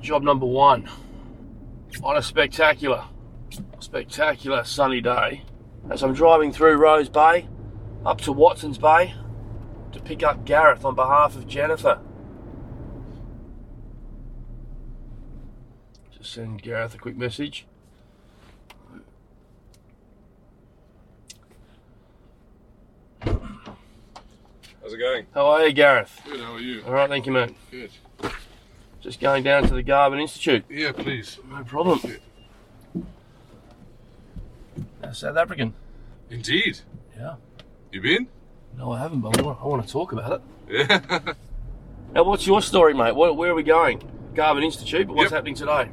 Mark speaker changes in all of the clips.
Speaker 1: job number one on a spectacular, spectacular sunny day. As I'm driving through Rose Bay up to Watson's Bay to pick up Gareth on behalf of Jennifer. Just send Gareth a quick message.
Speaker 2: How's it going?
Speaker 1: How are you, Gareth?
Speaker 2: Good, how are you?
Speaker 1: All right, thank you, mate.
Speaker 2: Good.
Speaker 1: Just going down to the Garvin Institute.
Speaker 2: Yeah, please.
Speaker 1: No problem. Now, South African.
Speaker 2: Indeed.
Speaker 1: Yeah.
Speaker 2: You been?
Speaker 1: No, I haven't, but I want, I want to talk about it.
Speaker 2: Yeah.
Speaker 1: Now, what's your story, mate? Where, where are we going? Garvin Institute, but what's
Speaker 2: Yep.
Speaker 1: happening today?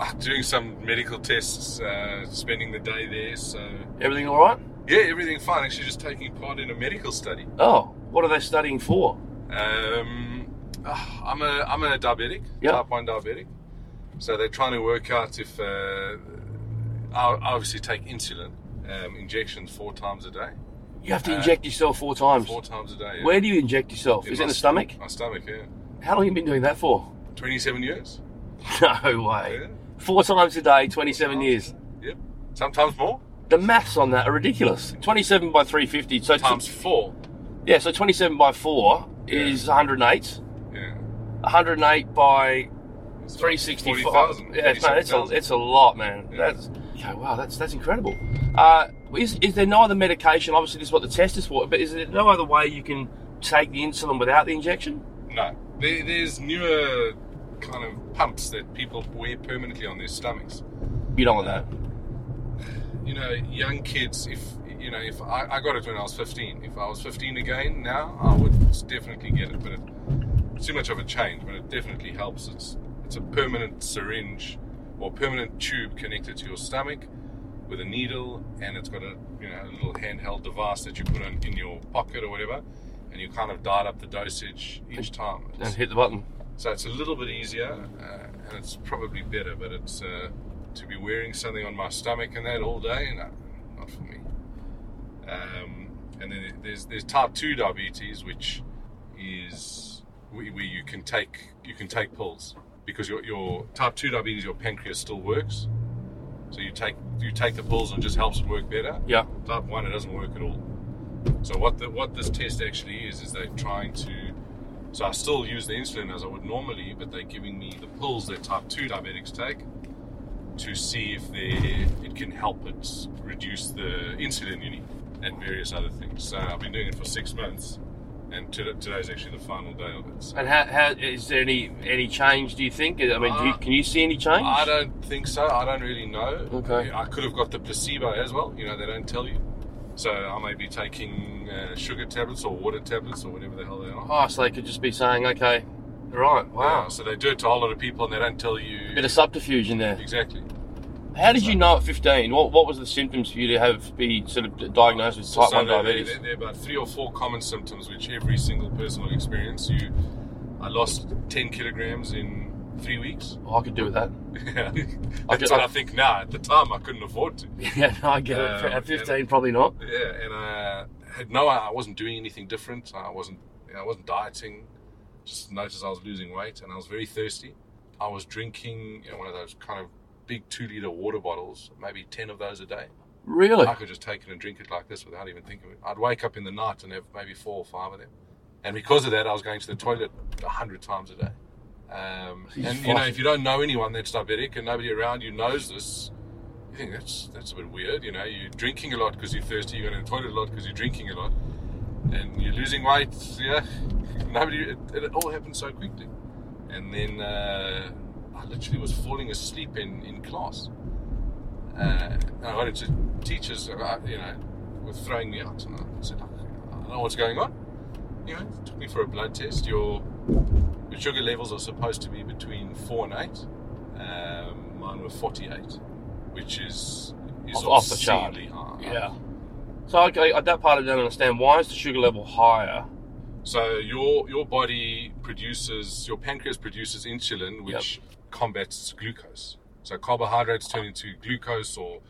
Speaker 2: Ah, Doing some medical tests, uh, spending the day there, so.
Speaker 1: Everything all right?
Speaker 2: Yeah, everything fine. Actually, just taking part in a medical study.
Speaker 1: Oh, what are they studying for?
Speaker 2: Um, ah, I'm, a, I'm a diabetic,
Speaker 1: Yeah.
Speaker 2: type 1 diabetic. So they're trying to work out if. Uh, I I obviously take insulin um, injections four times a day.
Speaker 1: You have to
Speaker 2: Uh,
Speaker 1: inject yourself four times.
Speaker 2: Four times a day. yeah.
Speaker 1: Where do you inject yourself?
Speaker 2: In
Speaker 1: Is it in
Speaker 2: my
Speaker 1: the stomach?
Speaker 2: My stomach, yeah.
Speaker 1: How long have you been doing that for?
Speaker 2: 27 years.
Speaker 1: No way.
Speaker 2: Yeah.
Speaker 1: Four times a day, 27 years.
Speaker 2: Yep. Sometimes more.
Speaker 1: The maths on that are ridiculous. 27 by 350. So
Speaker 2: Times four.
Speaker 1: yeah, so 27 by 4
Speaker 2: Yeah.
Speaker 1: is 108.
Speaker 2: Yeah.
Speaker 1: 108 by
Speaker 2: It's like 40,000,
Speaker 1: 365. Yeah, no, it's a,
Speaker 2: 37,000.
Speaker 1: it's a lot, man.
Speaker 2: Yeah.
Speaker 1: That's yeah, wow, that's that's incredible. Uh, is, is there no other medication? Obviously, this is what the test is for. But is there no other way you can take the insulin without the injection?
Speaker 2: No. There, there's newer kind of pumps that people wear permanently on their stomachs.
Speaker 1: You don't want that.
Speaker 2: You know, young kids, if, you know, if I, I got it when I was 15. If I was 15 again now, I would definitely get it. But it, it's too much of a change, but it definitely helps. It's, it's a permanent syringe or permanent tube connected to your stomach with a needle and it's got a you know a little handheld device that you put in, in your pocket or whatever and you kind of dial up the dosage each time
Speaker 1: And
Speaker 2: It's-
Speaker 1: hit the button.
Speaker 2: so it's a little bit easier uh, and it's probably better but it's uh, to be wearing something on my stomach and that all day no not for me um, and then there's there's type 2 diabetes which is where where you can take you can take pills because your, your type 2 diabetes your pancreas still works so you take you take the pills and it just helps it work better
Speaker 1: Yeah.
Speaker 2: type one, it doesn't work at all. So what the, what this test actually is is they're trying to. So I still use the insulin as I would normally, but they're giving me the pills that type two diabetics take to see if they it can help it reduce the insulin you need and various other things. So I've been doing it for six months, and to, today's actually the final day of it. So
Speaker 1: And how, how is there any any change? Do you think? I mean, do you,
Speaker 2: Uh,
Speaker 1: can you see any change?
Speaker 2: I don't think so. I don't really know.
Speaker 1: Okay.
Speaker 2: I could have got the placebo as well. You know, they don't tell you. So I may be taking uh, sugar tablets or water tablets or whatever the hell they are.
Speaker 1: Oh, so they could just be saying, okay, right,
Speaker 2: Yeah,
Speaker 1: wow,
Speaker 2: so they do it to a whole lot of people and they don't tell you.
Speaker 1: a bit of subterfuge in there.
Speaker 2: exactly.
Speaker 1: How did you know at 15? What what was the symptoms for you to have be sort of diagnosed with type
Speaker 2: so
Speaker 1: one
Speaker 2: there-
Speaker 1: diabetes?
Speaker 2: There, there, there are about three or four common symptoms which every single person will experience. You, I lost 10 kilograms in three weeks.
Speaker 1: Oh, I could do with that.
Speaker 2: That's
Speaker 1: get-
Speaker 2: what
Speaker 1: I-
Speaker 2: I think now. At the time, I couldn't afford to.
Speaker 1: Yeah, no, I get
Speaker 2: Uh,
Speaker 1: it. At 15, probably not.
Speaker 2: Yeah, and I had no. I wasn't doing anything different. I wasn't. You know, I wasn't dieting. Just noticed I was losing weight, and I was very thirsty. I was drinking you know, one of those kind of big two-liter water bottles, maybe ten of those a day.
Speaker 1: Really?
Speaker 2: I could just take it and drink it like this without even thinking. of it. I'd wake up in the night and have maybe four or five of them, and because of that, I was going to the toilet a hundred times a day. Um,
Speaker 1: He's
Speaker 2: and you know,
Speaker 1: fucked.
Speaker 2: if you don't know anyone that's diabetic and nobody around you knows this, you think that's that's a bit weird. You know, you're drinking a lot because you're thirsty. You're going to the toilet a lot because you're drinking a lot, and you're losing weight. Yeah, nobody. It, it all happened so quickly, and then uh, I literally was falling asleep in in class. Uh, and I went into teachers, uh, you know, were throwing me out, and I said, I don't know what's going on. You know, took me for a blood test. Your your sugar levels are supposed to be between four and eight. Um, mine were 48, which is is
Speaker 1: Off- off the chart.
Speaker 2: obscenely high.
Speaker 1: Yeah. So okay, at that part I don't understand. Why is the sugar level higher?
Speaker 2: So your your body produces your pancreas produces insulin, which combats glucose. So carbohydrates turn into glucose or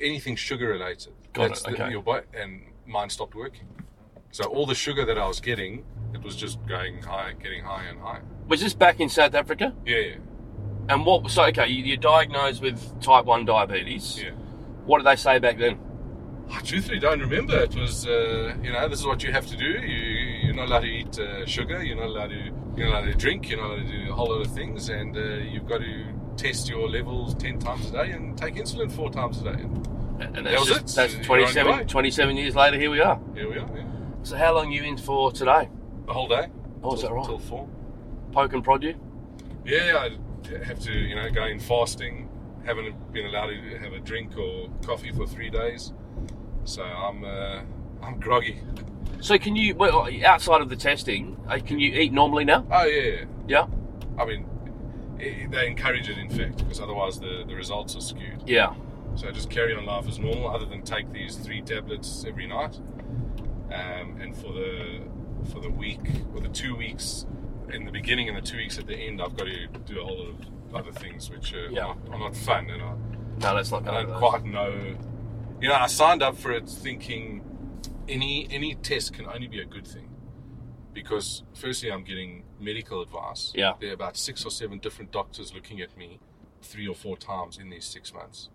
Speaker 2: anything sugar related.
Speaker 1: Got it,
Speaker 2: the-
Speaker 1: okay.
Speaker 2: your body and mine stopped working. So all the sugar that I was getting, it was just going higher, getting higher and higher.
Speaker 1: Was this back in South Africa?
Speaker 2: Yeah, yeah.
Speaker 1: And what? So okay, you, you're diagnosed with type one diabetes.
Speaker 2: Yeah.
Speaker 1: What did they say back then?
Speaker 2: I Oh, truthfully don't remember. It was, uh, you know, this is what you have to do. You, you're not allowed to eat uh, sugar. You're not allowed to. You're not allowed to drink. You're not allowed to do a whole lot of things, and uh, you've got to test your levels ten times a day and take insulin four times a day. And
Speaker 1: And
Speaker 2: That was it.
Speaker 1: That's
Speaker 2: You're on your
Speaker 1: 27,
Speaker 2: way.
Speaker 1: 27 years later. Here we are.
Speaker 2: here we are. Yeah.
Speaker 1: So how long you in for today?
Speaker 2: The whole day.
Speaker 1: Oh, is that right?
Speaker 2: Till four.
Speaker 1: Poke and prod you?
Speaker 2: Yeah, I have to, you know, go in fasting. Haven't been allowed to have a drink or coffee for three days, so I'm uh, I'm groggy.
Speaker 1: So can you? Well, outside of the testing, uh, can you eat normally now?
Speaker 2: Oh yeah,
Speaker 1: Yeah.
Speaker 2: I mean, i they encourage it in fact because otherwise the, the results are skewed.
Speaker 1: Yeah.
Speaker 2: So just carry on life as normal, other than take these three tablets every night. Um, and for the for the week or the two weeks in the beginning and the two weeks at the end, I've got to do a whole lot of other things which are,
Speaker 1: Yeah.
Speaker 2: not, are not fun and I,
Speaker 1: No, let's not go.
Speaker 2: I
Speaker 1: over
Speaker 2: don't
Speaker 1: Oh, those.
Speaker 2: quite know. You know, I signed up for it thinking any any test can only be a good thing because firstly, I'm getting medical advice.
Speaker 1: Yeah.
Speaker 2: there are about six or seven different doctors looking at me three or four times in these six months.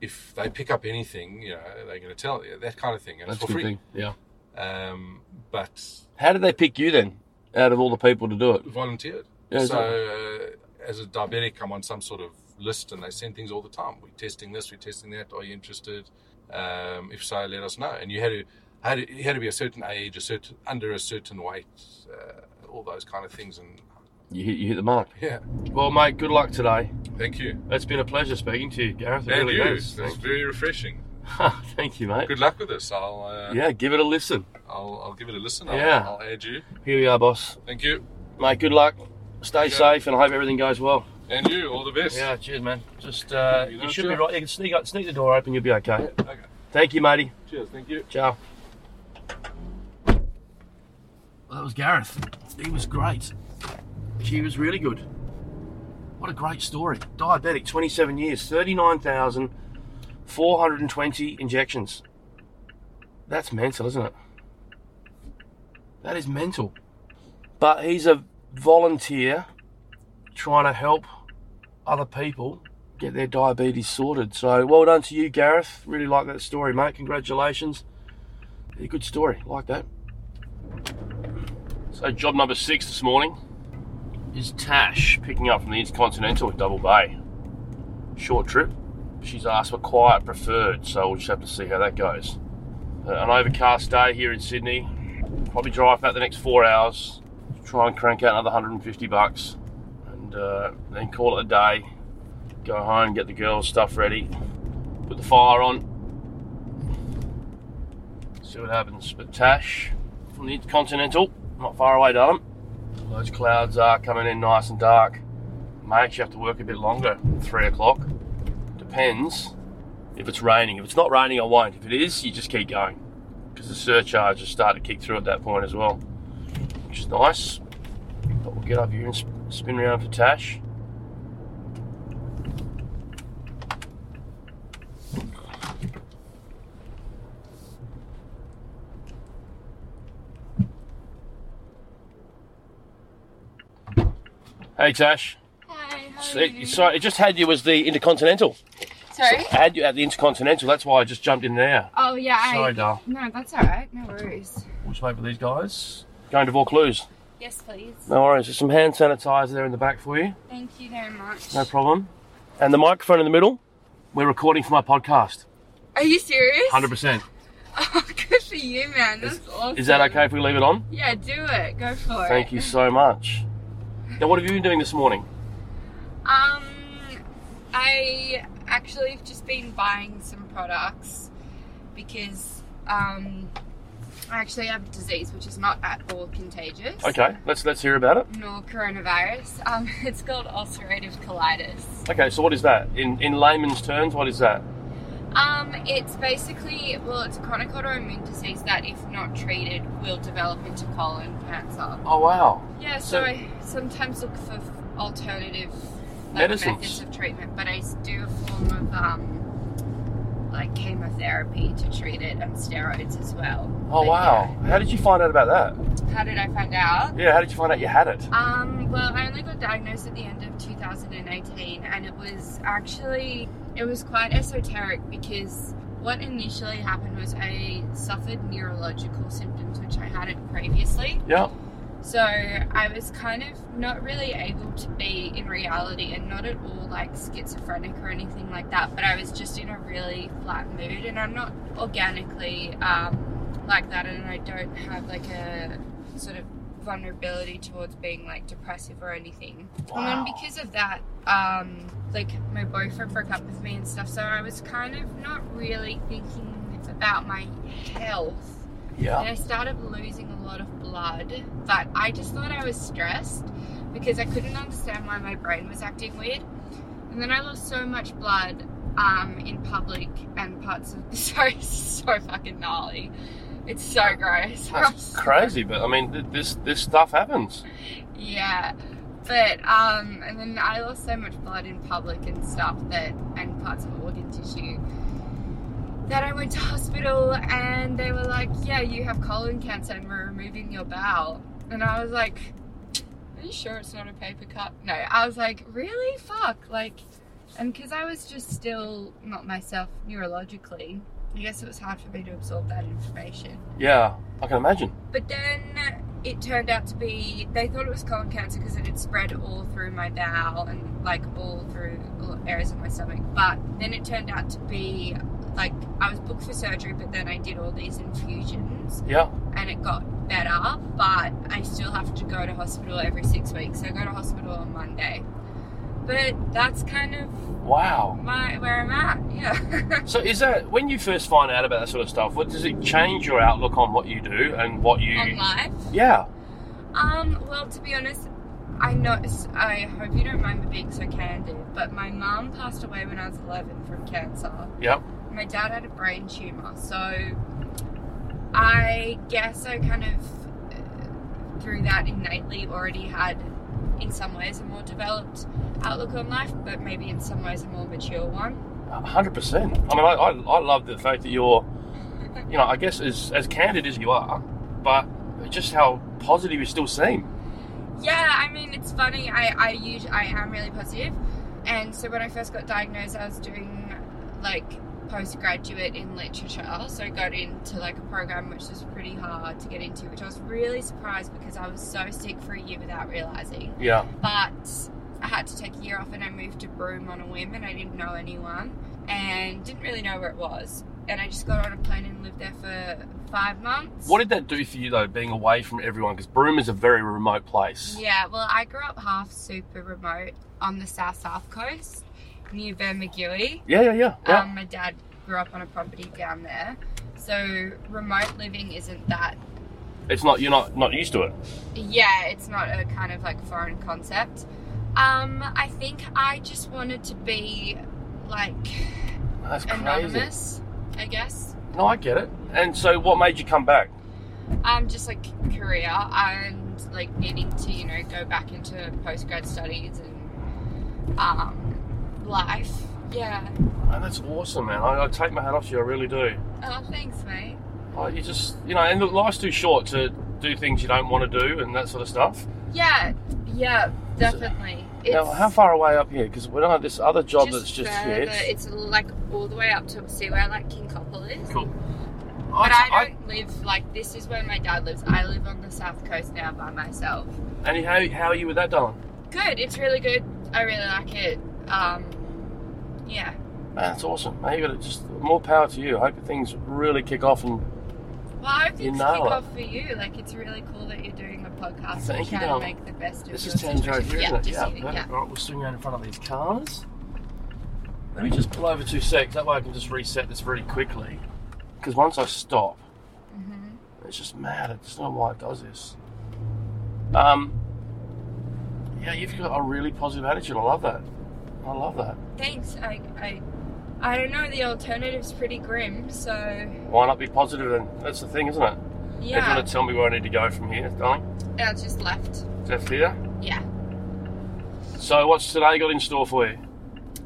Speaker 2: If they pick up anything, you know, they're going to tell you that kind of thing, and
Speaker 1: That's
Speaker 2: it's
Speaker 1: a
Speaker 2: for
Speaker 1: good
Speaker 2: free.
Speaker 1: thing. Yeah.
Speaker 2: Um, but
Speaker 1: How did they pick you then? Out of all the people to do it?
Speaker 2: volunteered.
Speaker 1: Yeah,
Speaker 2: so, uh, as a diabetic, I'm on some sort of list, and they send things all the time. We're testing this, we're testing that. Are you interested? Um, if so, let us know. And you had to, had to, you had to be a certain age, a certain under a certain weight, uh, all those kind of things. And
Speaker 1: You hit, you hit the mark.
Speaker 2: yeah,
Speaker 1: Well, mate, good luck today.
Speaker 2: thank you.
Speaker 1: It's been a pleasure speaking to you, Gareth. It
Speaker 2: And
Speaker 1: really
Speaker 2: you,
Speaker 1: has. Ah,
Speaker 2: that's very refreshing.
Speaker 1: Thank you, mate.
Speaker 2: Good luck with this. I'll, uh,
Speaker 1: Yeah, give it a listen.
Speaker 2: I'll, I'll give it a listen. I'll,
Speaker 1: Yeah.
Speaker 2: I'll add you.
Speaker 1: Here we are, boss.
Speaker 2: Thank you.
Speaker 1: Mate, good luck. Stay
Speaker 2: Sure.
Speaker 1: safe, and I hope everything goes well.
Speaker 2: And you, all the best.
Speaker 1: Yeah, cheers, man. Just uh,
Speaker 2: You
Speaker 1: you,
Speaker 2: know,
Speaker 1: should be
Speaker 2: sure.
Speaker 1: right. You can sneak up, sneak the door open. You'll be okay.
Speaker 2: Okay.
Speaker 1: Thank you, matey.
Speaker 2: Cheers. Thank you.
Speaker 1: Ciao. Well, that was Gareth. He was great. She was really good. What a great story. Diabetic, 27 years, 39,420 injections. That's mental, isn't it? That is mental. But he's a volunteer trying to help other people get their diabetes sorted. So well done to you, Gareth. Really like that story, mate. Congratulations. Yeah, good story. Like that. So job number six this morning is Tash picking up from the Intercontinental at Double Bay. Short trip. She's asked for quiet preferred, so we'll just have to see how that goes. Uh, an overcast day here in Sydney. Probably drive about the next four hours. Try and crank out another 150 bucks, and uh, then call it a day go home, get the girls' stuff ready, put the fire on, see what happens. But Tash from the Intercontinental, not far away, darling. Those clouds are coming in nice and dark. May actually have to work a bit longer, three o'clock. Depends if it's raining. If it's not raining, I won't. If it is, you just keep going because the surcharges start to kick through at that point as well, which is nice. But we'll get up here and sp- spin around for Tash. Hey Tash,
Speaker 3: Hi, how are
Speaker 1: It-
Speaker 3: you?
Speaker 1: so it just had you as the Intercontinental.
Speaker 3: Sorry?
Speaker 1: had you at the Intercontinental. That's why I just jumped in there.
Speaker 3: Oh, yeah, I...
Speaker 1: Sorry, Dal.
Speaker 3: No, that's alright, no worries.
Speaker 1: We'll just wait for these guys. Going to Vaucluse.
Speaker 3: Yes, please.
Speaker 1: No worries. There's some hand sanitizer there in the back for you.
Speaker 3: Thank you very much.
Speaker 1: No problem. And the microphone in the middle. We're recording for my podcast.
Speaker 3: Are you serious?
Speaker 1: 100%.
Speaker 3: Oh, good for you, man. That's awesome.
Speaker 1: Is that okay if we leave it on?
Speaker 3: Yeah, do it. Go for it.
Speaker 1: Thank you so much. Now, what have you been doing this morning?
Speaker 3: Um, I actually have just been buying some products because, um, I actually have a disease which is not at all contagious.
Speaker 1: Okay, let's let's hear about it.
Speaker 3: Nor coronavirus. Um, it's called ulcerative colitis.
Speaker 1: Okay, so what is that? In in layman's terms, what is that?
Speaker 3: Um, it's basically well, it's a chronic autoimmune disease that, if not treated, will develop into colon cancer.
Speaker 1: Oh wow.
Speaker 3: Yeah, so,
Speaker 1: So-
Speaker 3: I sometimes look for f- alternative like,
Speaker 1: Medicines.
Speaker 3: methods of treatment, but I s- do a form of um, like chemotherapy to treat it and steroids as well.
Speaker 1: Oh,
Speaker 3: But
Speaker 1: wow. How did you find out about that?
Speaker 3: yeah. How did I find out?
Speaker 1: Yeah, how did you find out you had it?
Speaker 3: Um, well, I only got diagnosed at the end of 2018, and it was actually it was quite esoteric because what initially happened was I suffered neurological symptoms, which I hadn't previously.
Speaker 1: Yeah.
Speaker 3: So I was kind of not really able to be in reality and not at all like schizophrenic or anything like that, but I was just in a really flat mood and I'm not organically um, like that and I don't have like a sort of vulnerability towards being like depressive or anything. And
Speaker 1: Wow.
Speaker 3: then because of that, um, like my boyfriend broke up with me and stuff, so I was kind of not really thinking about my health and
Speaker 1: Yeah.
Speaker 3: I started losing a lot of blood. But I just thought I was stressed because I couldn't understand why my brain was acting weird. And then I lost so much blood um, in public and parts of so so fucking gnarly. It's so gross.
Speaker 1: That's crazy, but I mean, th- this this stuff happens.
Speaker 3: Yeah. But um and then I lost so much blood in public and stuff that and parts of organ tissue that I went to hospital and they were like, Yeah, you have colon cancer and we're removing your bowel and I was like Are you sure it's not a paper cut? No. I was like, Really? Fuck like and because I was just still not myself neurologically, I guess it was hard for me to absorb that information.
Speaker 1: Yeah, I can imagine.
Speaker 3: But then it turned out to be they thought it was colon cancer because it had spread all through my bowel and like all through all areas of my stomach. But then it turned out to be like I was booked for surgery, but then I did all these infusions
Speaker 1: Yeah.
Speaker 3: and it got better. But I still have to go to hospital every six weeks, so I go to hospital on Monday. But that's kind of
Speaker 1: Wow.
Speaker 3: my where I'm at. Yeah.
Speaker 1: So is that when you first find out about that sort of stuff? What does it change your outlook on what you do and what you?
Speaker 3: on life.
Speaker 1: Yeah.
Speaker 3: Um, well, to be honest, I know. I hope you don't mind me being so candid, but my mum passed away when I was 11 from cancer.
Speaker 1: Yep.
Speaker 3: My dad had a brain tumor, so I guess I kind of uh, through that innately already had, in some ways, a more developed outlook on life, but maybe in some ways a more mature one.
Speaker 1: hundred percent. I mean, I, I, I love the fact that you're, you know, I guess as as candid as you are, but just how positive you still seem.
Speaker 3: Yeah, I mean it's funny. I I usually I am really positive, and so when I first got diagnosed, I was doing like postgraduate in literature. So I got into like a program which was pretty hard to get into, which I was really surprised because I was so sick for a year without realizing.
Speaker 1: Yeah.
Speaker 3: But I had to take a year off, and I moved to Broome on a whim, and I didn't know anyone, and didn't really know where it was. And I just got on a plane and lived there for five months.
Speaker 1: What did that do for you though, being away from everyone? Because Broome is a very remote place.
Speaker 3: Yeah, well, I grew up half super remote on the south south coast near Bermagui.
Speaker 1: Yeah, yeah, yeah. yeah.
Speaker 3: Um, my dad grew up on a property down there, so remote living isn't that.
Speaker 1: it's not you're not not used to it.
Speaker 3: Yeah, it's not a kind of like foreign concept. Um, I think I just wanted to be like
Speaker 1: That's crazy.
Speaker 3: anonymous, I guess.
Speaker 1: No, I get it. And so, what made you come back?
Speaker 3: um, just like career and like needing to you know go back into postgrad studies and um, life. Yeah.
Speaker 1: Man, that's awesome, man. I, I take my hat off to you. I really do.
Speaker 3: Oh, thanks,
Speaker 1: I,
Speaker 3: mate.
Speaker 1: Oh, you just, you know, and look, life's too short to do things you don't want to do and that sort of stuff.
Speaker 3: Yeah, yeah, definitely. It's
Speaker 1: now, how far away up here? Because we're not this other job that's
Speaker 3: just
Speaker 1: just
Speaker 3: further,
Speaker 1: here. It's-
Speaker 3: It's like all the way up to see where like King Copple is.
Speaker 1: Cool.
Speaker 3: But I don't live like this is where my dad lives. I live on the south coast now by myself.
Speaker 1: and how, how are you with that, darling?
Speaker 3: Good, it's really good. I really like it. Um, yeah.
Speaker 1: Man, that's awesome. Man, you got to just more power to you. I hope things really kick off. And
Speaker 3: Well, I hope
Speaker 1: You
Speaker 3: things
Speaker 1: know
Speaker 3: kick
Speaker 1: it.
Speaker 3: off for you. Like, it's really cool that you're doing a podcast
Speaker 1: Thank
Speaker 3: and
Speaker 1: you,
Speaker 3: trying to
Speaker 1: darling.
Speaker 3: make the best of
Speaker 1: this
Speaker 3: your
Speaker 1: is Thames right
Speaker 3: situation.
Speaker 1: here,
Speaker 3: yeah,
Speaker 1: isn't it?
Speaker 3: Just
Speaker 1: perfect.
Speaker 3: leaving, yeah.
Speaker 1: All right, we'll swing around in front of these cars. Let me just pull over two secs. That way I can just reset this really quickly. Because once I stop,
Speaker 3: hmm
Speaker 1: It's just mad. I just don't know why it does this. Um, yeah, you've got a really positive attitude. I love that. I love that.
Speaker 3: Thanks. I, I, I don't know. The alternative's pretty grim. So,
Speaker 1: Why not be positive? And that's the thing, isn't it? If you
Speaker 3: yeah.
Speaker 1: want to tell me where I need to go from here, darling.
Speaker 3: I just left.
Speaker 1: Is that clear?
Speaker 3: Yeah.
Speaker 1: So, what's today got in store for you?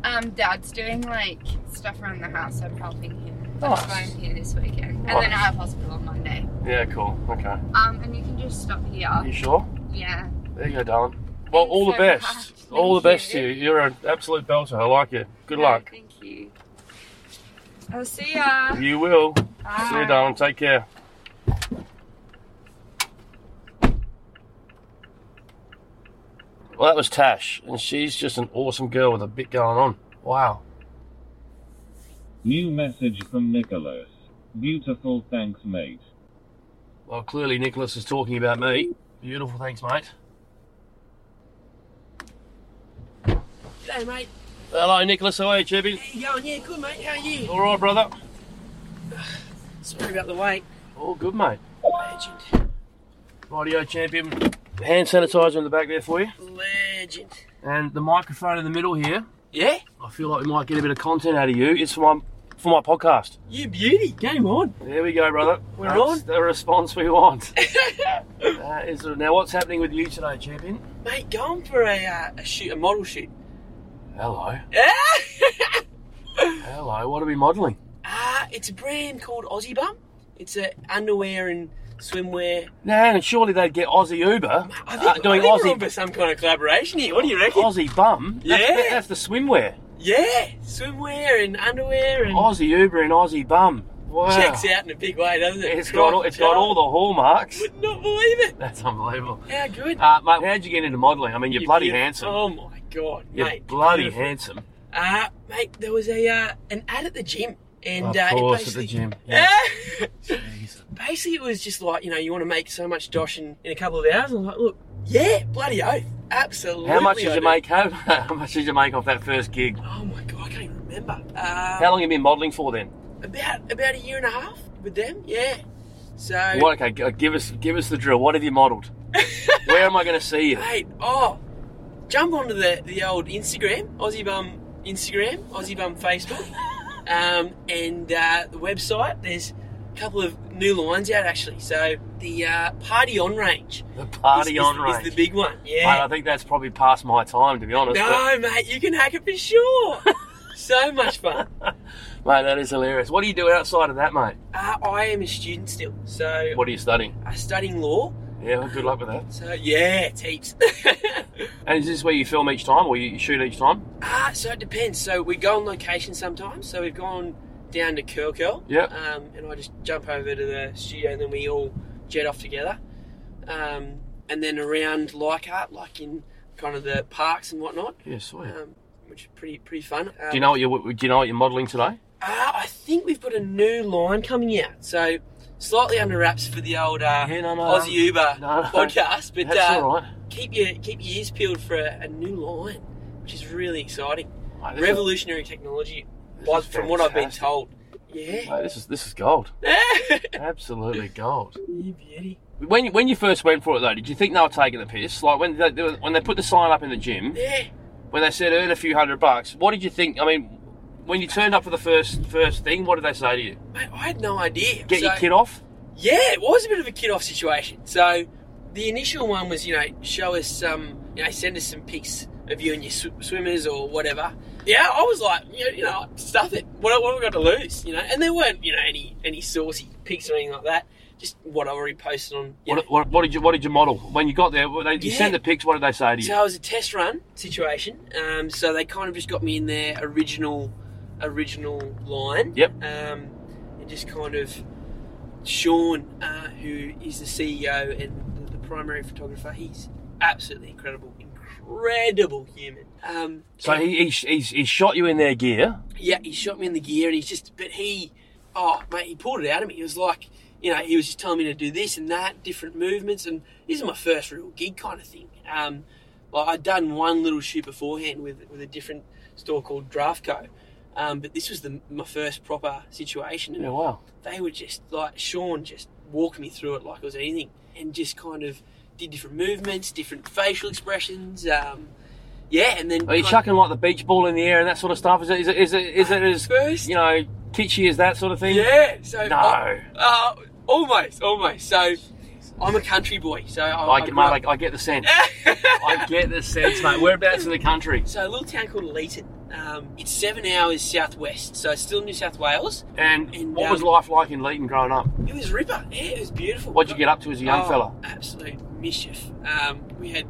Speaker 3: Um, Dad's doing like stuff around the house. I'm helping him. That's why
Speaker 1: Nice.
Speaker 3: I'm here this weekend. And
Speaker 1: Nice.
Speaker 3: then I have hospital on Monday.
Speaker 1: Yeah, cool. Okay.
Speaker 3: Um, and you can just stop
Speaker 1: You
Speaker 3: here.
Speaker 1: sure?
Speaker 3: Yeah.
Speaker 1: There you go, darling. Well, all the
Speaker 3: so
Speaker 1: best.
Speaker 3: much.
Speaker 1: All the
Speaker 3: Thank
Speaker 1: best to
Speaker 3: you.
Speaker 1: you. You're an absolute belter. I like you. Good
Speaker 3: No,
Speaker 1: luck.
Speaker 3: Thank you. I'll see ya.
Speaker 1: You will. See
Speaker 3: Bye.
Speaker 1: you, darling. Take care. Well, that was Tash, and she's just an awesome girl with a bit going on. Wow.
Speaker 4: New message from Nicholas. Beautiful, thanks, mate.
Speaker 1: Well, clearly Nicholas is talking about me. Beautiful, thanks, mate.
Speaker 5: G'day, mate.
Speaker 1: Hello, Nicholas. How are you, Chippy?
Speaker 5: How you going? Yeah, good, mate. How are you?
Speaker 1: All right, brother.
Speaker 5: Sorry about the wait.
Speaker 1: All good, mate.
Speaker 5: Legend.
Speaker 1: Radio champion. Hand sanitizer in the back there for you,
Speaker 5: Legend.
Speaker 1: and the microphone in the middle here.
Speaker 5: Yeah?
Speaker 1: I feel like we might get a bit of content out of you. It's for my for my podcast.
Speaker 5: You beauty. Game on.
Speaker 1: There we go, brother.
Speaker 5: We're
Speaker 1: That's
Speaker 5: on.
Speaker 1: the response we want. that is, now, what's happening with you today, champion?
Speaker 5: Mate, going for a, uh, a shoot, a model shoot.
Speaker 1: Hello.
Speaker 5: Ah!
Speaker 1: Hello. What are we modelling?
Speaker 5: Ah, it's a brand called Aussie Bum. It's a underwear and swimwear.
Speaker 1: No, and surely they'd get Aussie Uber
Speaker 5: I think,
Speaker 1: uh, doing
Speaker 5: I think we're
Speaker 1: Aussie
Speaker 5: on for some kind of collaboration here. What do you reckon?
Speaker 1: Aussie bum. That's,
Speaker 5: Yeah.
Speaker 1: that's the swimwear.
Speaker 5: yeah, swimwear and underwear and
Speaker 1: Aussie Uber and Aussie bum. Wow.
Speaker 5: checks out in a big way, doesn't it?
Speaker 1: It's got all, it's got all the hallmarks.
Speaker 5: Would not believe it.
Speaker 1: That's unbelievable.
Speaker 5: How good.
Speaker 1: Uh, mate, how'd you get into modelling? I mean, you're, bloody
Speaker 5: beautiful.
Speaker 1: handsome.
Speaker 5: Oh my god,
Speaker 1: you're
Speaker 5: mate.
Speaker 1: bloody
Speaker 5: beautiful.
Speaker 1: handsome.
Speaker 5: Uh, mate, there was a uh, an ad at the gym, and
Speaker 1: Of
Speaker 5: uh, it
Speaker 1: course, at the
Speaker 5: basically-
Speaker 1: gym.
Speaker 5: basically, it was just like you know, you want to make so much dosh in, in a couple of hours. I was like, look, yeah, bloody oath, absolutely.
Speaker 1: How much did
Speaker 5: I
Speaker 1: you
Speaker 5: do.
Speaker 1: make? How, how much did you make off that first gig?
Speaker 5: Oh my god, I can't even remember. Um,
Speaker 1: How long have you been modelling for then?
Speaker 5: About about a year and a half with them, yeah. So,
Speaker 1: What? Okay, g- give us give us the drill. What have you modelled? Where am I going to see you?
Speaker 5: mate, oh, jump onto the the old Instagram, Aussie Bum Instagram, Aussie Bum Facebook, um, and uh, the website. There's a couple of new lines out actually. So the uh, Party On range.
Speaker 1: The party
Speaker 5: is,
Speaker 1: on
Speaker 5: is,
Speaker 1: range.
Speaker 5: is the big one.
Speaker 1: Mate, I
Speaker 5: Yeah.
Speaker 1: think that's probably past my time, to be honest.
Speaker 5: No, mate, you can hack it for sure. so much fun.
Speaker 1: but- mate, that is hilarious. What do you do outside of that, mate?
Speaker 5: Uh, I am a student still, so
Speaker 1: What are you studying?
Speaker 5: I'm studying law.
Speaker 1: Yeah, well, good luck with that.
Speaker 5: So yeah, it's heaps.
Speaker 1: And is this where you film each time, or you shoot each time?
Speaker 5: Ah, so it depends. So we go on location sometimes. So we've gone down to Curl Curl.
Speaker 1: Yeah.
Speaker 5: Um, and I just jump over to the studio and then we all jet off together. Um, and then around Leichhardt, like in kind of the parks and whatnot,
Speaker 1: Yeah, sweet.
Speaker 5: um, which is pretty pretty fun. Um,
Speaker 1: Do you know what you are do you know what you're modelling today?
Speaker 5: Ah, I think we've got a new line coming out. So slightly under wraps for the old uh,
Speaker 1: Yeah, no, no,
Speaker 5: Aussie
Speaker 1: no.
Speaker 5: Uber
Speaker 1: No, no.
Speaker 5: podcast, but
Speaker 1: That's
Speaker 5: uh,
Speaker 1: all right.
Speaker 5: keep your keep your ears peeled for a, a new line, which is really exciting.
Speaker 1: Mate, this is-
Speaker 5: Revolutionary technology,
Speaker 1: this
Speaker 5: by,
Speaker 1: is
Speaker 5: from what I've been
Speaker 1: fantastic.
Speaker 5: told. Yeah.
Speaker 1: Mate, this is this is gold.
Speaker 5: you
Speaker 1: Absolutely gold.
Speaker 5: beauty.
Speaker 1: When you, when you first went for it though, did you think they were taking the piss? Like when they, when they put the sign up in the gym,
Speaker 5: Yeah.
Speaker 1: when they said earn a few hundred bucks, what did you think? I mean, when you turned up for the first first thing, what did they say to you?
Speaker 5: Mate, I had no idea.
Speaker 1: Get your
Speaker 5: So-
Speaker 1: kid off?
Speaker 5: Yeah, it was a bit of a kid off situation. So the initial one was, you know, show us some, you know, send us some pics of you and your sw- swimmers or whatever. Yeah, I was like, you know, you know stuff it. What, what have we got to lose? You know, and there weren't, you know, any any saucy pics or anything like that. Just what I already posted on. you know.
Speaker 1: What, what, what did you what did you model when you got there? what They, you
Speaker 5: Yeah.
Speaker 1: sent the pics. What did they say to you?
Speaker 5: So it was a test run situation. Um, so they kind of just got me in their original original line.
Speaker 1: Yep.
Speaker 5: Um, and just kind of Sean, uh, who is the CEO and the, the primary photographer, he's absolutely incredible, incredible human. Um,
Speaker 1: So he, he he's, he shot you in their gear.
Speaker 5: yeah, he shot me in the gear, and he's just, but he, oh mate, he pulled it out of me. He was like, you know, he was just telling me to do this and that, different movements, and this is my first real gig kind of thing. Um, like I'd done one little shoot beforehand with with a different store called Draftco, um, but this was the my first proper situation. And
Speaker 1: Yeah, wow.
Speaker 5: they were just like Sean just walked me through it like it was anything, and just kind of did different movements, different facial expressions. Um, yeah, and then
Speaker 1: Are you
Speaker 5: kind of-
Speaker 1: chucking like the beach ball in the air and that sort of stuff? Is it is it is it, is it as
Speaker 5: First-
Speaker 1: you know kitschy as that sort of thing?
Speaker 5: Yeah. So
Speaker 1: No.
Speaker 5: I- uh, almost, almost. So I'm a country boy. So Oh, I,
Speaker 1: I get,
Speaker 5: grew up-
Speaker 1: mate, I, I get the sense. I get the sense, mate. Whereabouts in the country?
Speaker 5: so a little town called Leeton. Um, it's seven hours southwest, so it's still New South Wales.
Speaker 1: And,
Speaker 5: And,
Speaker 1: what was
Speaker 5: um,
Speaker 1: life like in Leeton growing up?
Speaker 5: It was Ripper. Yeah, it was beautiful.
Speaker 1: What'd you get up to as a young
Speaker 5: Oh,
Speaker 1: fella?
Speaker 5: Absolute mischief. Um, we had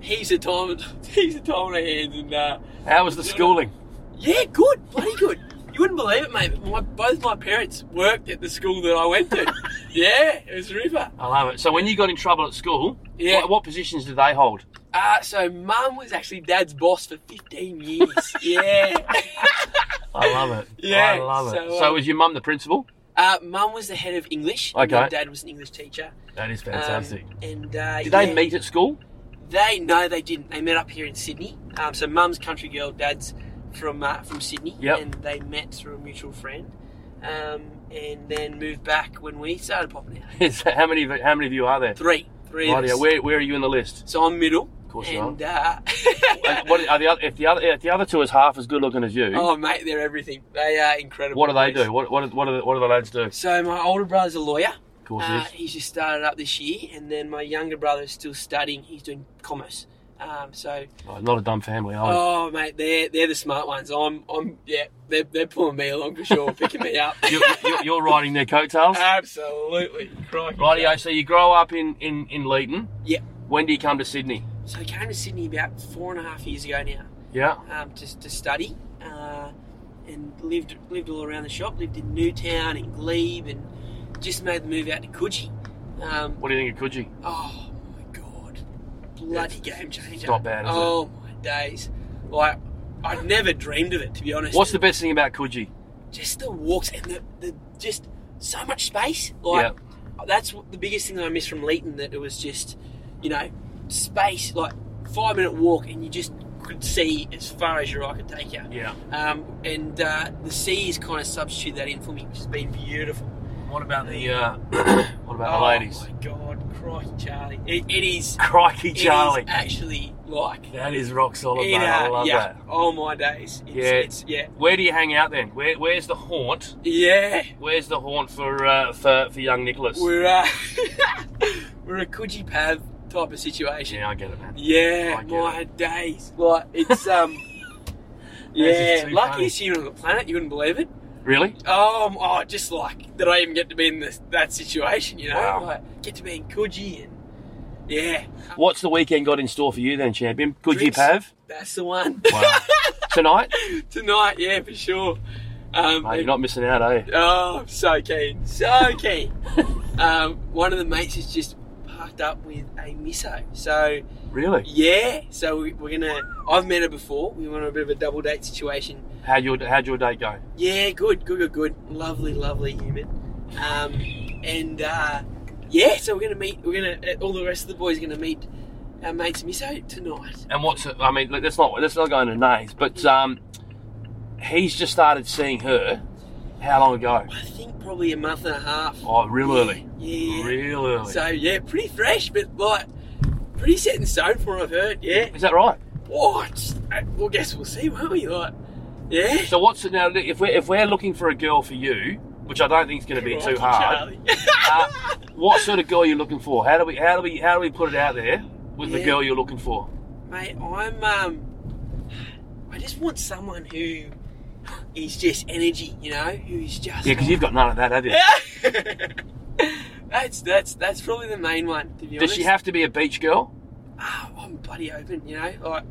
Speaker 5: heaps of time, heaps of time on our hands, and uh,
Speaker 1: How was the schooling?
Speaker 5: yeah, good, bloody good. You wouldn't believe it, mate. But my, both my parents worked at the school that I went to. yeah, it was Ripper.
Speaker 1: I love it. So when you got in trouble at school,
Speaker 5: Yeah.
Speaker 1: what, what positions did they hold?
Speaker 5: Uh, so mum was actually dad's boss for 15 years. yeah.
Speaker 1: I love it.
Speaker 5: Yeah,
Speaker 1: I love it.
Speaker 5: so,
Speaker 1: so
Speaker 5: um,
Speaker 1: was your mum the principal?
Speaker 5: Uh, mum was the head of English.
Speaker 1: Okay.
Speaker 5: And dad was an English teacher.
Speaker 1: That is
Speaker 5: Um,
Speaker 1: fantastic.
Speaker 5: and uh,
Speaker 1: did
Speaker 5: yeah.
Speaker 1: they meet at school?
Speaker 5: They no, they didn't. They met up here in Sydney. Um, so mum's country girl, dad's from uh, from Sydney,
Speaker 1: Yep.
Speaker 5: and they met through a mutual friend, um, and then moved back when we started popping out.
Speaker 1: Is that- how many? of- How many of you are there?
Speaker 5: Three, three. of
Speaker 1: Rightio.
Speaker 5: us.
Speaker 1: Where, where are you in the list?
Speaker 5: So I'm middle. Of
Speaker 1: course you
Speaker 5: and, are. Uh,
Speaker 1: And what are the other, if the other if the other two is half as good looking as you?
Speaker 5: oh mate, they're everything. They are incredible.
Speaker 1: what do they
Speaker 5: boys.
Speaker 1: do? What what do- what do the, what do the lads do? Of
Speaker 5: So my older brother's a lawyer.
Speaker 1: course,
Speaker 5: Uh,
Speaker 1: it is.
Speaker 5: he's just started up this year, and then my younger brother is still studying. He's doing commerce. Um, so
Speaker 1: Oh, not a dumb family, are we?
Speaker 5: Oh mate, they're they're the smart ones. I'm I'm yeah, they're they're pulling me along for sure, picking me up.
Speaker 1: you're, you're, you're riding their coattails.
Speaker 5: Uh, Absolutely, crikey.
Speaker 1: Rightio. So you grow up in in in Leeton.
Speaker 5: Yep.
Speaker 1: When do you come to Sydney?
Speaker 5: So I came to Sydney about four and a half years ago now,
Speaker 1: Yeah.
Speaker 5: um, to to study, uh, and lived lived all around the shop. Lived in Newtown and Glebe, and just made the move out to Coogee. Um,
Speaker 1: What do you think of Coogee?
Speaker 5: oh my god, bloody game changer!
Speaker 1: not bad, is it?
Speaker 5: oh my days, like I'd never dreamed of it to be honest.
Speaker 1: What's the best thing about Coogee?
Speaker 5: just the walks and the, the just so much space. Like that's what- the biggest thing that I miss from Leeton. That it was just, you know, space. Like five minute walk and you just could see as far as your eye could take you.
Speaker 1: Yeah.
Speaker 5: Um, and uh, the sea has kind of substituted that in for me, which has been beautiful.
Speaker 1: What about the uh, what about the ladies?
Speaker 5: Oh my god, crikey, Charlie! It, it is.
Speaker 1: Crikey,
Speaker 5: it is
Speaker 1: Charlie.
Speaker 5: actually like.
Speaker 1: that is rock solid,
Speaker 5: it,
Speaker 1: mate. I
Speaker 5: uh,
Speaker 1: love
Speaker 5: yeah.
Speaker 1: that.
Speaker 5: Oh my days. It's,
Speaker 1: Yeah.
Speaker 5: It's, yeah.
Speaker 1: Where do you hang out then? Where, where's the haunt?
Speaker 5: Yeah.
Speaker 1: Where's the haunt for uh, for, for young Nicholas?
Speaker 5: We're uh, we're a Coogee Pav type of situation.
Speaker 1: yeah, I get it, man.
Speaker 5: Yeah,
Speaker 1: I get
Speaker 5: my days. Like it's um
Speaker 1: This
Speaker 5: Yeah,
Speaker 1: is too
Speaker 5: luckiest human on the planet, you wouldn't believe it.
Speaker 1: Really?
Speaker 5: Um oh just like that I even get to be in this that situation, you know?
Speaker 1: Wow.
Speaker 5: Like get to be in Coogee and yeah,
Speaker 1: What's the weekend got in store for you then, champion? Could
Speaker 5: Drinks.
Speaker 1: you have
Speaker 5: that's the one.
Speaker 1: Wow. tonight?
Speaker 5: Tonight, yeah, for sure.
Speaker 1: Mate,
Speaker 5: Um
Speaker 1: you're
Speaker 5: and-
Speaker 1: not missing out, eh?
Speaker 5: Oh, I'm so keen, so keen. um, one of the mates is just parked up with a miso. So
Speaker 1: Really?
Speaker 5: Yeah, so we- we're gonna. I've met her before. We went on a bit of a double date situation.
Speaker 1: How'd your how'd your day go?
Speaker 5: Yeah, good, good, good, good. Lovely, lovely human. Um, and uh, yeah, so we're gonna meet. We're gonna. uh, All the rest of the boys are gonna meet our mates Miso tonight.
Speaker 1: And what's I mean? look, Let's not let's not go into names, but um, he's just started seeing her. How long ago?
Speaker 5: I think probably a month and a half.
Speaker 1: Oh, real early.
Speaker 5: Yeah.
Speaker 1: Real early.
Speaker 5: So yeah, pretty fresh, but like pretty set in stone from what I've heard. Yeah.
Speaker 1: Is that right?
Speaker 5: What? Well, guess we'll see, won't we? Like, yeah.
Speaker 1: So what's now? If we're if we're looking for a girl for you, which I don't think is going to be too
Speaker 5: Crikey,
Speaker 1: hard.
Speaker 5: Charlie.
Speaker 1: Uh, what sort of girl are you looking for? How do we how do we how do we put it out there with the
Speaker 5: Yeah.
Speaker 1: girl you're looking for?
Speaker 5: Mate, I'm um I just want someone who is just energy, you know, who's just
Speaker 1: Yeah, because you've got none of that, have you?
Speaker 5: That's that's that's probably the main one, to be
Speaker 1: Does
Speaker 5: honest.
Speaker 1: she have to be a beach girl?
Speaker 5: Ah, I'm bloody open, you know, like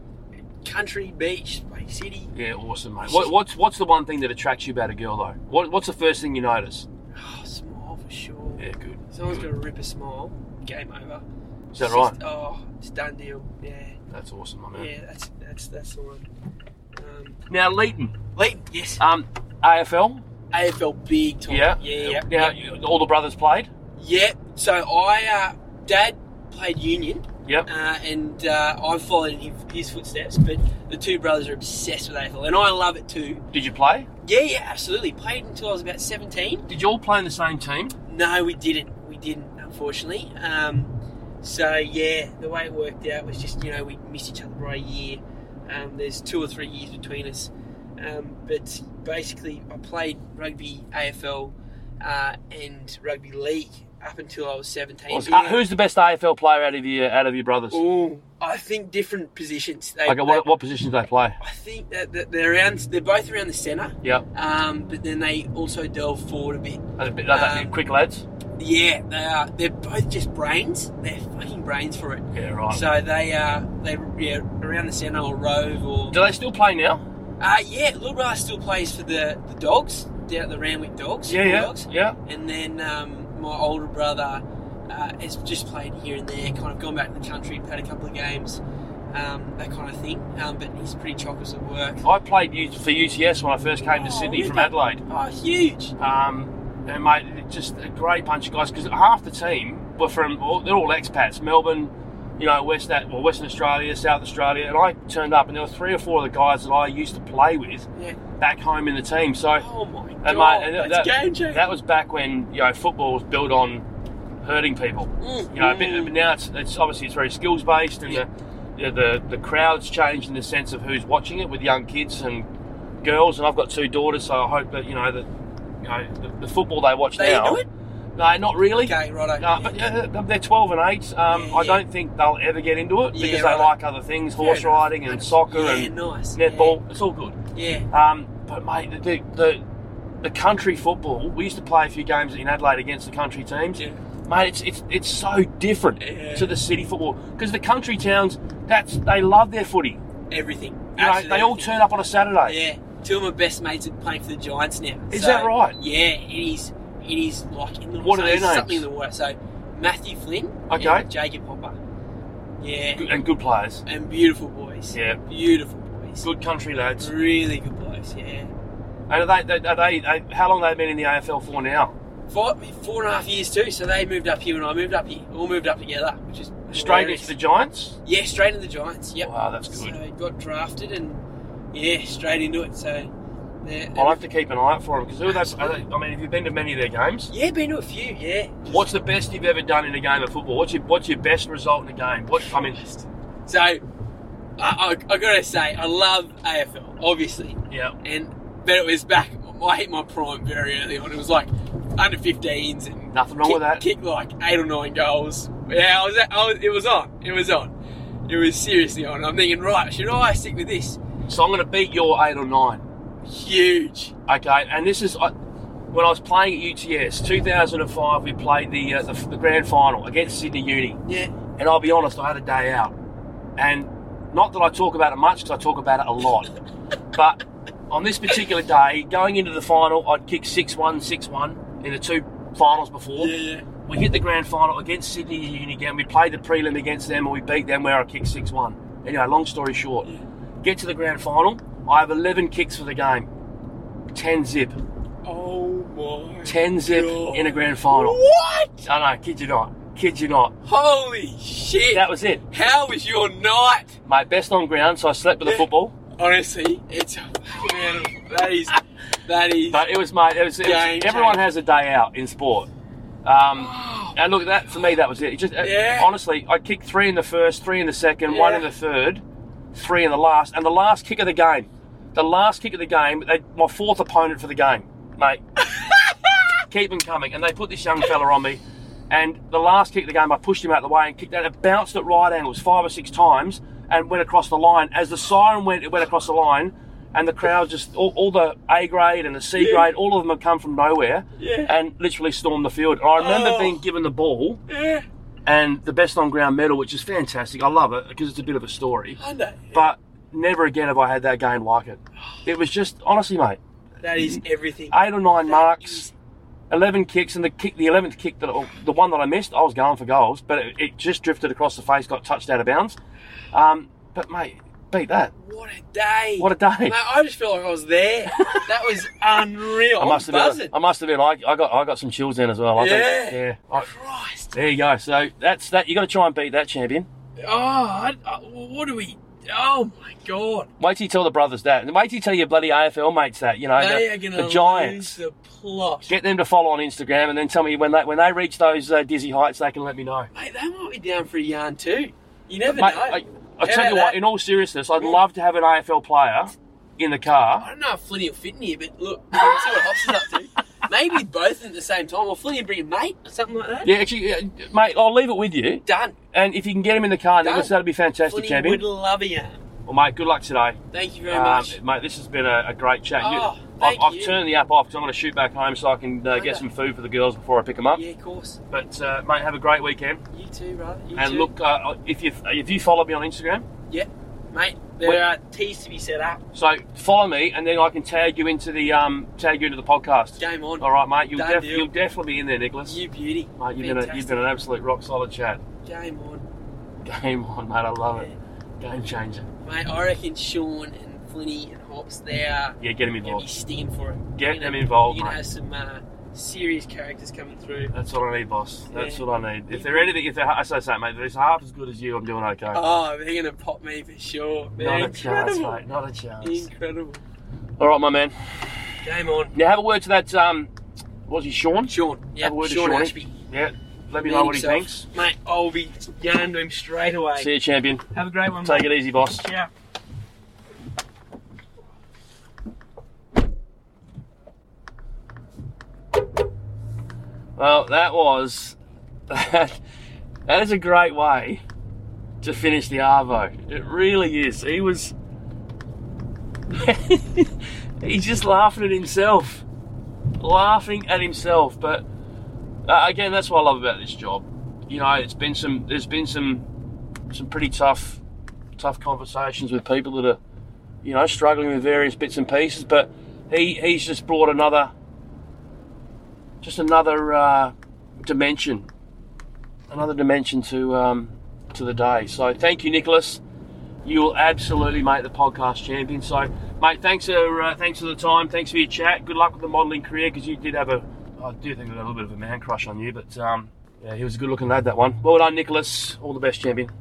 Speaker 5: country, beach, like city.
Speaker 1: Yeah, awesome, mate. What, what's what's the one thing that attracts you about a girl though? What, what's the first thing you notice?
Speaker 5: Oh, smile for sure.
Speaker 1: Yeah, good.
Speaker 5: Someone's gotta rip a smile, game over.
Speaker 1: Is that
Speaker 5: It's
Speaker 1: right?
Speaker 5: just- oh, it's done deal. Yeah.
Speaker 1: That's awesome, my man.
Speaker 5: Yeah, that's that's that's the one. Um
Speaker 1: Now Leighton,
Speaker 5: Leighton, yes.
Speaker 1: um, AFL.
Speaker 5: AFL big time.
Speaker 1: Yeah.
Speaker 5: Yeah, yeah.
Speaker 1: Now you- all the brothers played.
Speaker 5: Yeah, so I, uh, Dad played Union,
Speaker 1: Yep.
Speaker 5: uh, and uh, I followed in his, his footsteps. But the two brothers are obsessed with AFL, and I love it too.
Speaker 1: Did you play?
Speaker 5: Yeah, yeah, absolutely. Played until I was about seventeen.
Speaker 1: Did you all play in the same team?
Speaker 5: No, we didn't. We didn't, unfortunately. Um, so yeah, the way it worked out was just you know we missed each other by a year. Um, there's two or three years between us, um, but basically I played rugby AFL uh, and rugby league up until I was 17.
Speaker 1: Who's-
Speaker 5: But, you know,
Speaker 1: Who's the best AFL player out of your out of your brothers?
Speaker 5: Ooh, I think different positions. They,
Speaker 1: Like what, what positions do they play?
Speaker 5: I think that, that they're around. They're both around the centre,
Speaker 1: Yeah,
Speaker 5: um, but then they also delve forward a bit.
Speaker 1: and a bit, like that,
Speaker 5: Um,
Speaker 1: quick lads.
Speaker 5: Yeah, they are. They're both just brains. They're fucking brains for it.
Speaker 1: Yeah, right.
Speaker 5: So they are. They yeah around the centre or rove or.
Speaker 1: do they still play now?
Speaker 5: Uh, yeah, Lil Bra still plays for the, the dogs down at the Ramwick Dogs.
Speaker 1: Yeah, yeah,
Speaker 5: Bulldogs.
Speaker 1: yeah.
Speaker 5: And then um, my older brother uh, has just played here and there, kind of gone back to the country, played a couple of games, um, that kind of thing. Um, but he's pretty chockers at work.
Speaker 1: I played U- for UTS when I first came to
Speaker 5: Oh,
Speaker 1: Sydney
Speaker 5: really?
Speaker 1: from Adelaid.
Speaker 5: Oh, huge!
Speaker 1: Um, and mate, it- just a great bunch of guys because half the team were from all, they're all expats, Melbourne, you know, West well, Western Australia, South Australia, and I turned up and there were three or four of the guys that I used to play with
Speaker 5: Yeah.
Speaker 1: back home in the team. So
Speaker 5: Oh my god,
Speaker 1: and mate, and
Speaker 5: that's
Speaker 1: that,
Speaker 5: game changer.
Speaker 1: that was back when you know football was built on hurting people.
Speaker 5: Mm,
Speaker 1: You know, a bit-
Speaker 5: mm.
Speaker 1: but now it's, it's obviously it's very skills based, and
Speaker 5: Yeah.
Speaker 1: the, you know, the the crowds changed in the sense of who's watching it with young kids and girls. And I've got two daughters, so I hope that you know that you know the, the football they watch
Speaker 5: They
Speaker 1: now.
Speaker 5: into it?
Speaker 1: No, not really.
Speaker 5: Okay, righto.
Speaker 1: No, but uh, they're 12 and 8. Um,
Speaker 5: Yeah,
Speaker 1: I
Speaker 5: yeah.
Speaker 1: don't think they'll ever get into it
Speaker 5: Yeah,
Speaker 1: because
Speaker 5: right.
Speaker 1: they like other things, horse
Speaker 5: Fair enough.
Speaker 1: riding and soccer
Speaker 5: yeah,
Speaker 1: and
Speaker 5: nice.
Speaker 1: netball. It's all good.
Speaker 5: Yeah. yeah.
Speaker 1: Um, but mate, the, the the the country football. We used to play a few games in Adelaide against the country teams.
Speaker 5: Yeah.
Speaker 1: Mate, it's it's it's so different
Speaker 5: Yeah.
Speaker 1: to the city football because the country towns. That's they love their footy.
Speaker 5: Everything.
Speaker 1: You know,
Speaker 5: Absolutely
Speaker 1: they all
Speaker 5: everything.
Speaker 1: turn up on a Saturday.
Speaker 5: Yeah, two of my best mates are playing for the Giants now.
Speaker 1: Is that right?
Speaker 5: Yeah, it is. It is like in the
Speaker 1: What are
Speaker 5: so
Speaker 1: their
Speaker 5: it's
Speaker 1: names?
Speaker 5: Something in the water. So Matthew Flynn,
Speaker 1: Okay.
Speaker 5: and Jacob Hopper. Yeah,
Speaker 1: Good- and good players.
Speaker 5: and beautiful boys.
Speaker 1: Yeah.
Speaker 5: beautiful boys.
Speaker 1: Good country lads.
Speaker 5: really good boys. Yeah,
Speaker 1: And are they, they, are they, they how long have they been in the AFL for now?
Speaker 5: four, four and a half years too. So they moved up here, and I moved up here. All moved up together, which is
Speaker 1: Straight
Speaker 5: hilarious.
Speaker 1: into the Giants.
Speaker 5: yeah, straight into the Giants. Yep.
Speaker 1: Wow, that's good.
Speaker 5: So got drafted and yeah, straight into it. So they're,
Speaker 1: I'll have to keep an eye out for them because who are they, are they- I mean, have you been to many of their games?
Speaker 5: yeah, been to a few. Yeah. Just-
Speaker 1: What's the best you've ever done in a game of football? What's your What's your best result in a game? What I mean,
Speaker 5: So, I, I, I gotta say, I love AFL, obviously,
Speaker 1: yeah,
Speaker 5: and but it was back. I hit my prime very early on. It was like under 15s and
Speaker 1: nothing wrong
Speaker 5: kick,
Speaker 1: with that.
Speaker 5: kick like eight or nine goals. Yeah, I was, I was. It was on. It was on. It was seriously on. I'm thinking, right, should I stick with this?
Speaker 1: So I'm going to beat your eight or nine.
Speaker 5: Huge.
Speaker 1: Okay, and this is I, when I was playing at UTS, 2005. We played the, uh, the the grand final against Sydney Uni,
Speaker 5: Yeah.
Speaker 1: and I'll be honest, I had a day out, and not that I talk about it much because I talk about it a lot, but on this particular day, going into the final, I'd kicked 6-1, 6-1 in the two finals before.
Speaker 5: Yeah. Yeah.
Speaker 1: We hit the grand final against Sydney Uni again. We played the prelim against them and we beat them where I kicked 6 1. Anyway, long story short, get to the grand final. I have 11 kicks for the game. 10 zip.
Speaker 5: Oh my.
Speaker 1: 10 zip
Speaker 5: God.
Speaker 1: in a grand final.
Speaker 5: What?
Speaker 1: I know, kid you not. Kid you not.
Speaker 5: Holy shit!
Speaker 1: That was it.
Speaker 5: How was your night?
Speaker 1: My best on ground, so I slept with the
Speaker 5: Yeah.
Speaker 1: football.
Speaker 5: Honestly, it's a fucking animal. That is, that is.
Speaker 1: But it was my. It was, it was-
Speaker 5: Game
Speaker 1: everyone
Speaker 5: changer.
Speaker 1: has a day out in sport. Um, and look, that for me, that was it. it just, uh,
Speaker 5: Yeah.
Speaker 1: Honestly, I kicked three in the first, three in the second, one in
Speaker 5: Yeah.
Speaker 1: the third, three in the last, and the last kick of the game. The last kick of the game, they, my fourth opponent for the game, mate. Keep him coming. And they put this young fella on me. And the last kick of the game, I pushed him out of the way and kicked out. It bounced at right angles five or six times and went across the line. As the siren went, it went across the line. And the crowd just, all, all the A grade and the C
Speaker 5: Yeah.
Speaker 1: grade, all of them had come from nowhere
Speaker 5: Yeah.
Speaker 1: and literally stormed the field. And I remember
Speaker 5: Oh.
Speaker 1: being given the ball
Speaker 5: yeah,
Speaker 1: and the best on ground medal, which is fantastic. I love it because it's a bit of a story.
Speaker 5: I know.
Speaker 1: But never again have I had that game like it. It was just honestly, mate,
Speaker 5: that is everything.
Speaker 1: eight or nine
Speaker 5: That
Speaker 1: marks,
Speaker 5: is-
Speaker 1: eleven kicks, and the kick, the eleventh kick that or the one that I missed, I was going for goals, but it, it just drifted across the face, got touched out of bounds. Um, but mate, beat that.
Speaker 5: What a day!
Speaker 1: What a day.
Speaker 5: Mate, I just feel like I was there. that was unreal.
Speaker 1: I must
Speaker 5: I'm
Speaker 1: have been.
Speaker 5: buzzing.
Speaker 1: I must have been. I, I got. I got some chills in as well. I
Speaker 5: Yeah.
Speaker 1: Think, yeah. I-
Speaker 5: Christ!
Speaker 1: there you go. So that's that. You got to try and beat that champion.
Speaker 5: Oh, I, I, what do we? Oh my god!
Speaker 1: Wait till you tell the brothers that, and wait till you tell your bloody AFL mates that. You know,
Speaker 5: They
Speaker 1: the,
Speaker 5: are going
Speaker 1: the
Speaker 5: to
Speaker 1: Giants.
Speaker 5: lose the plot.
Speaker 1: Get them to follow on Instagram, and then tell me when they when they reach those uh, dizzy heights, they can let me know.
Speaker 5: Mate, they might be down for a yarn too. You never
Speaker 1: Mate,
Speaker 5: know.
Speaker 1: I,
Speaker 5: I,
Speaker 1: I
Speaker 5: Yeah,
Speaker 1: tell you what,
Speaker 5: that-
Speaker 1: in all seriousness, I'd
Speaker 5: Mm.
Speaker 1: love to have an AFL player in the car.
Speaker 5: don't know if Flinny will fit in here, but look, we can see what Hops is up to. Maybe both at the same time, or Flynn, you bring a mate or something like that.
Speaker 1: Yeah, actually, yeah, mate, I'll leave it with you.
Speaker 5: Done.
Speaker 1: And if you can get him in the car, Nicholas,
Speaker 5: Done.
Speaker 1: that'd be fantastic,
Speaker 5: Flynn,
Speaker 1: champion.
Speaker 5: would love you.
Speaker 1: Well, mate, good luck today.
Speaker 5: Thank you very
Speaker 1: Um,
Speaker 5: much.
Speaker 1: Mate, this has been a, a great chat. You-
Speaker 5: Oh,
Speaker 1: I've,
Speaker 5: thank
Speaker 1: I've
Speaker 5: you.
Speaker 1: turned the app off because I'm going to shoot back home so I can uh,
Speaker 5: Okay.
Speaker 1: get some food for the girls before I pick them up.
Speaker 5: Yeah, of course.
Speaker 1: But, uh, mate, have a great weekend.
Speaker 5: You too, brother. You
Speaker 1: and
Speaker 5: too.
Speaker 1: look, uh, if, you if you follow me on Instagram,
Speaker 5: yeah, mate, there
Speaker 1: Wait.
Speaker 5: are teas to be set up.
Speaker 1: so follow me and then I can tag you into the um, tag you into the podcast.
Speaker 5: Game on.
Speaker 1: All right, mate, you'll,
Speaker 5: Done
Speaker 1: def-
Speaker 5: deal.
Speaker 1: you'll definitely be in there, Nicholas.
Speaker 5: You beauty.
Speaker 1: mate, you've been, a, you've been an absolute rock solid chat.
Speaker 5: Fantastic. Game on,
Speaker 1: Game on, mate, I love it. Game changer.
Speaker 5: mate. I reckon Sean and Flinny and Hops they are
Speaker 1: Yeah, get him
Speaker 5: going to be
Speaker 1: involved.
Speaker 5: stinging for it.
Speaker 1: Get
Speaker 5: You
Speaker 1: them
Speaker 5: know,
Speaker 1: involved,
Speaker 5: You
Speaker 1: mate.
Speaker 5: have some uh, serious characters coming through.
Speaker 1: That's what I need, boss. That's
Speaker 5: Yeah.
Speaker 1: what I need. If they're anything, if they're, as I say, mate, if it's half as good as you, I'm doing okay.
Speaker 5: Oh, they're going to pop me for sure. They're
Speaker 1: Not a chance,
Speaker 5: incredible.
Speaker 1: mate. Not a chance.
Speaker 5: Incredible.
Speaker 1: All right, my man.
Speaker 5: Game on.
Speaker 1: Now have a word to that. Um, was he Sean?
Speaker 5: Sean. Yeah,
Speaker 1: Have a word to
Speaker 5: Sean
Speaker 1: Sean. eh?
Speaker 5: Ashby.
Speaker 1: Yeah. Let me
Speaker 5: Man
Speaker 1: know what he
Speaker 5: himself.
Speaker 1: thinks.
Speaker 5: Mate, I'll be yarning to him straight away.
Speaker 1: See you, champion.
Speaker 5: Have a great one,
Speaker 1: Take
Speaker 5: mate.
Speaker 1: it easy, boss.
Speaker 5: Yeah.
Speaker 1: Well, that was that. That is a great way to finish the arvo. It really is. He was. He's just laughing at himself, laughing at himself. But uh, again, that's what I love about this job. You know, it's been some. There's been some, some pretty tough, tough conversations with people that are, you know, struggling with various bits and pieces. But he he's just brought another just another uh, dimension, another dimension to um, to the day. So thank you, Nicholas. You will absolutely make the podcast champion. So, mate, thanks for uh, thanks for the time. Thanks for your chat. Good luck with the modelling career because you did have a I do think I had a little bit of a man crush on you, but um, yeah, he was a good looking lad that one. Well done, Nicholas. All the best, champion.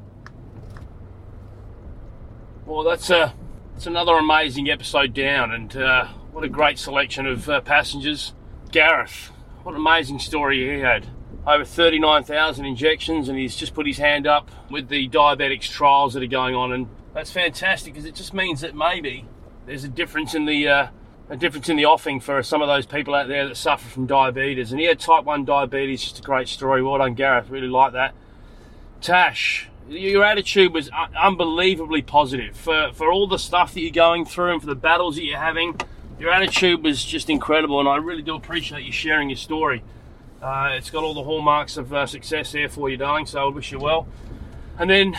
Speaker 1: Well, that's a that's another amazing episode down, and uh, what a great selection of uh, passengers. Gareth, what an amazing story he had. Over 39,000 injections, and he's just put his hand up with the diabetics trials that are going on, and that's fantastic because it just means that maybe there's a difference in the uh, a difference in the offing for some of those people out there that suffer from diabetes. And he had type one diabetes. Just a great story. Well done, Gareth. Really like that. Tash, your attitude was un- unbelievably positive for for all the stuff that you're going through and for the battles that you're having. Your attitude was just incredible, and I really do appreciate you sharing your story. Uh, it's got all the hallmarks of uh, success there for you, darling. So I wish you well. And then,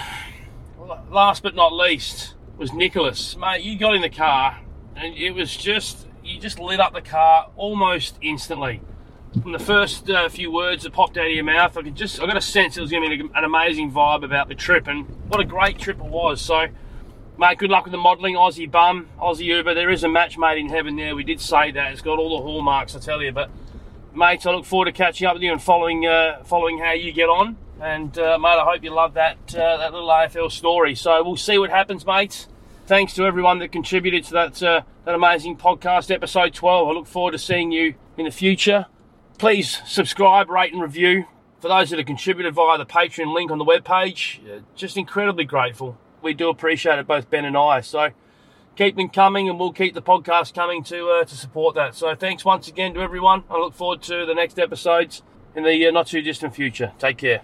Speaker 1: l- last but not least, was Nicholas. Mate, you got in the car, and it was just you just lit up the car almost instantly from the first uh, few words that popped out of your mouth, I could just, I got a sense it was going to be an amazing vibe about the trip, and what a great trip it was. So, mate, good luck with the modelling, Aussie bum, Aussie Uber. There is a match made in heaven there. We did say that. It's got all the hallmarks, I tell you. But, mate, I look forward to catching up with you and following, uh, following how you get on. And, uh, mate, I hope you love that, uh, that little AFL story. So, we'll see what happens, mate. Thanks to everyone that contributed to that, uh, that amazing podcast, episode 12. I look forward to seeing you in the future please subscribe, rate, and review. For those that have contributed via the Patreon link on the webpage, uh, just incredibly grateful. We do appreciate it, both Ben and I. So keep them coming, and we'll keep the podcast coming to uh, to support that. So thanks once again to everyone. I look forward to the next episodes in the uh, not too distant future. Take care.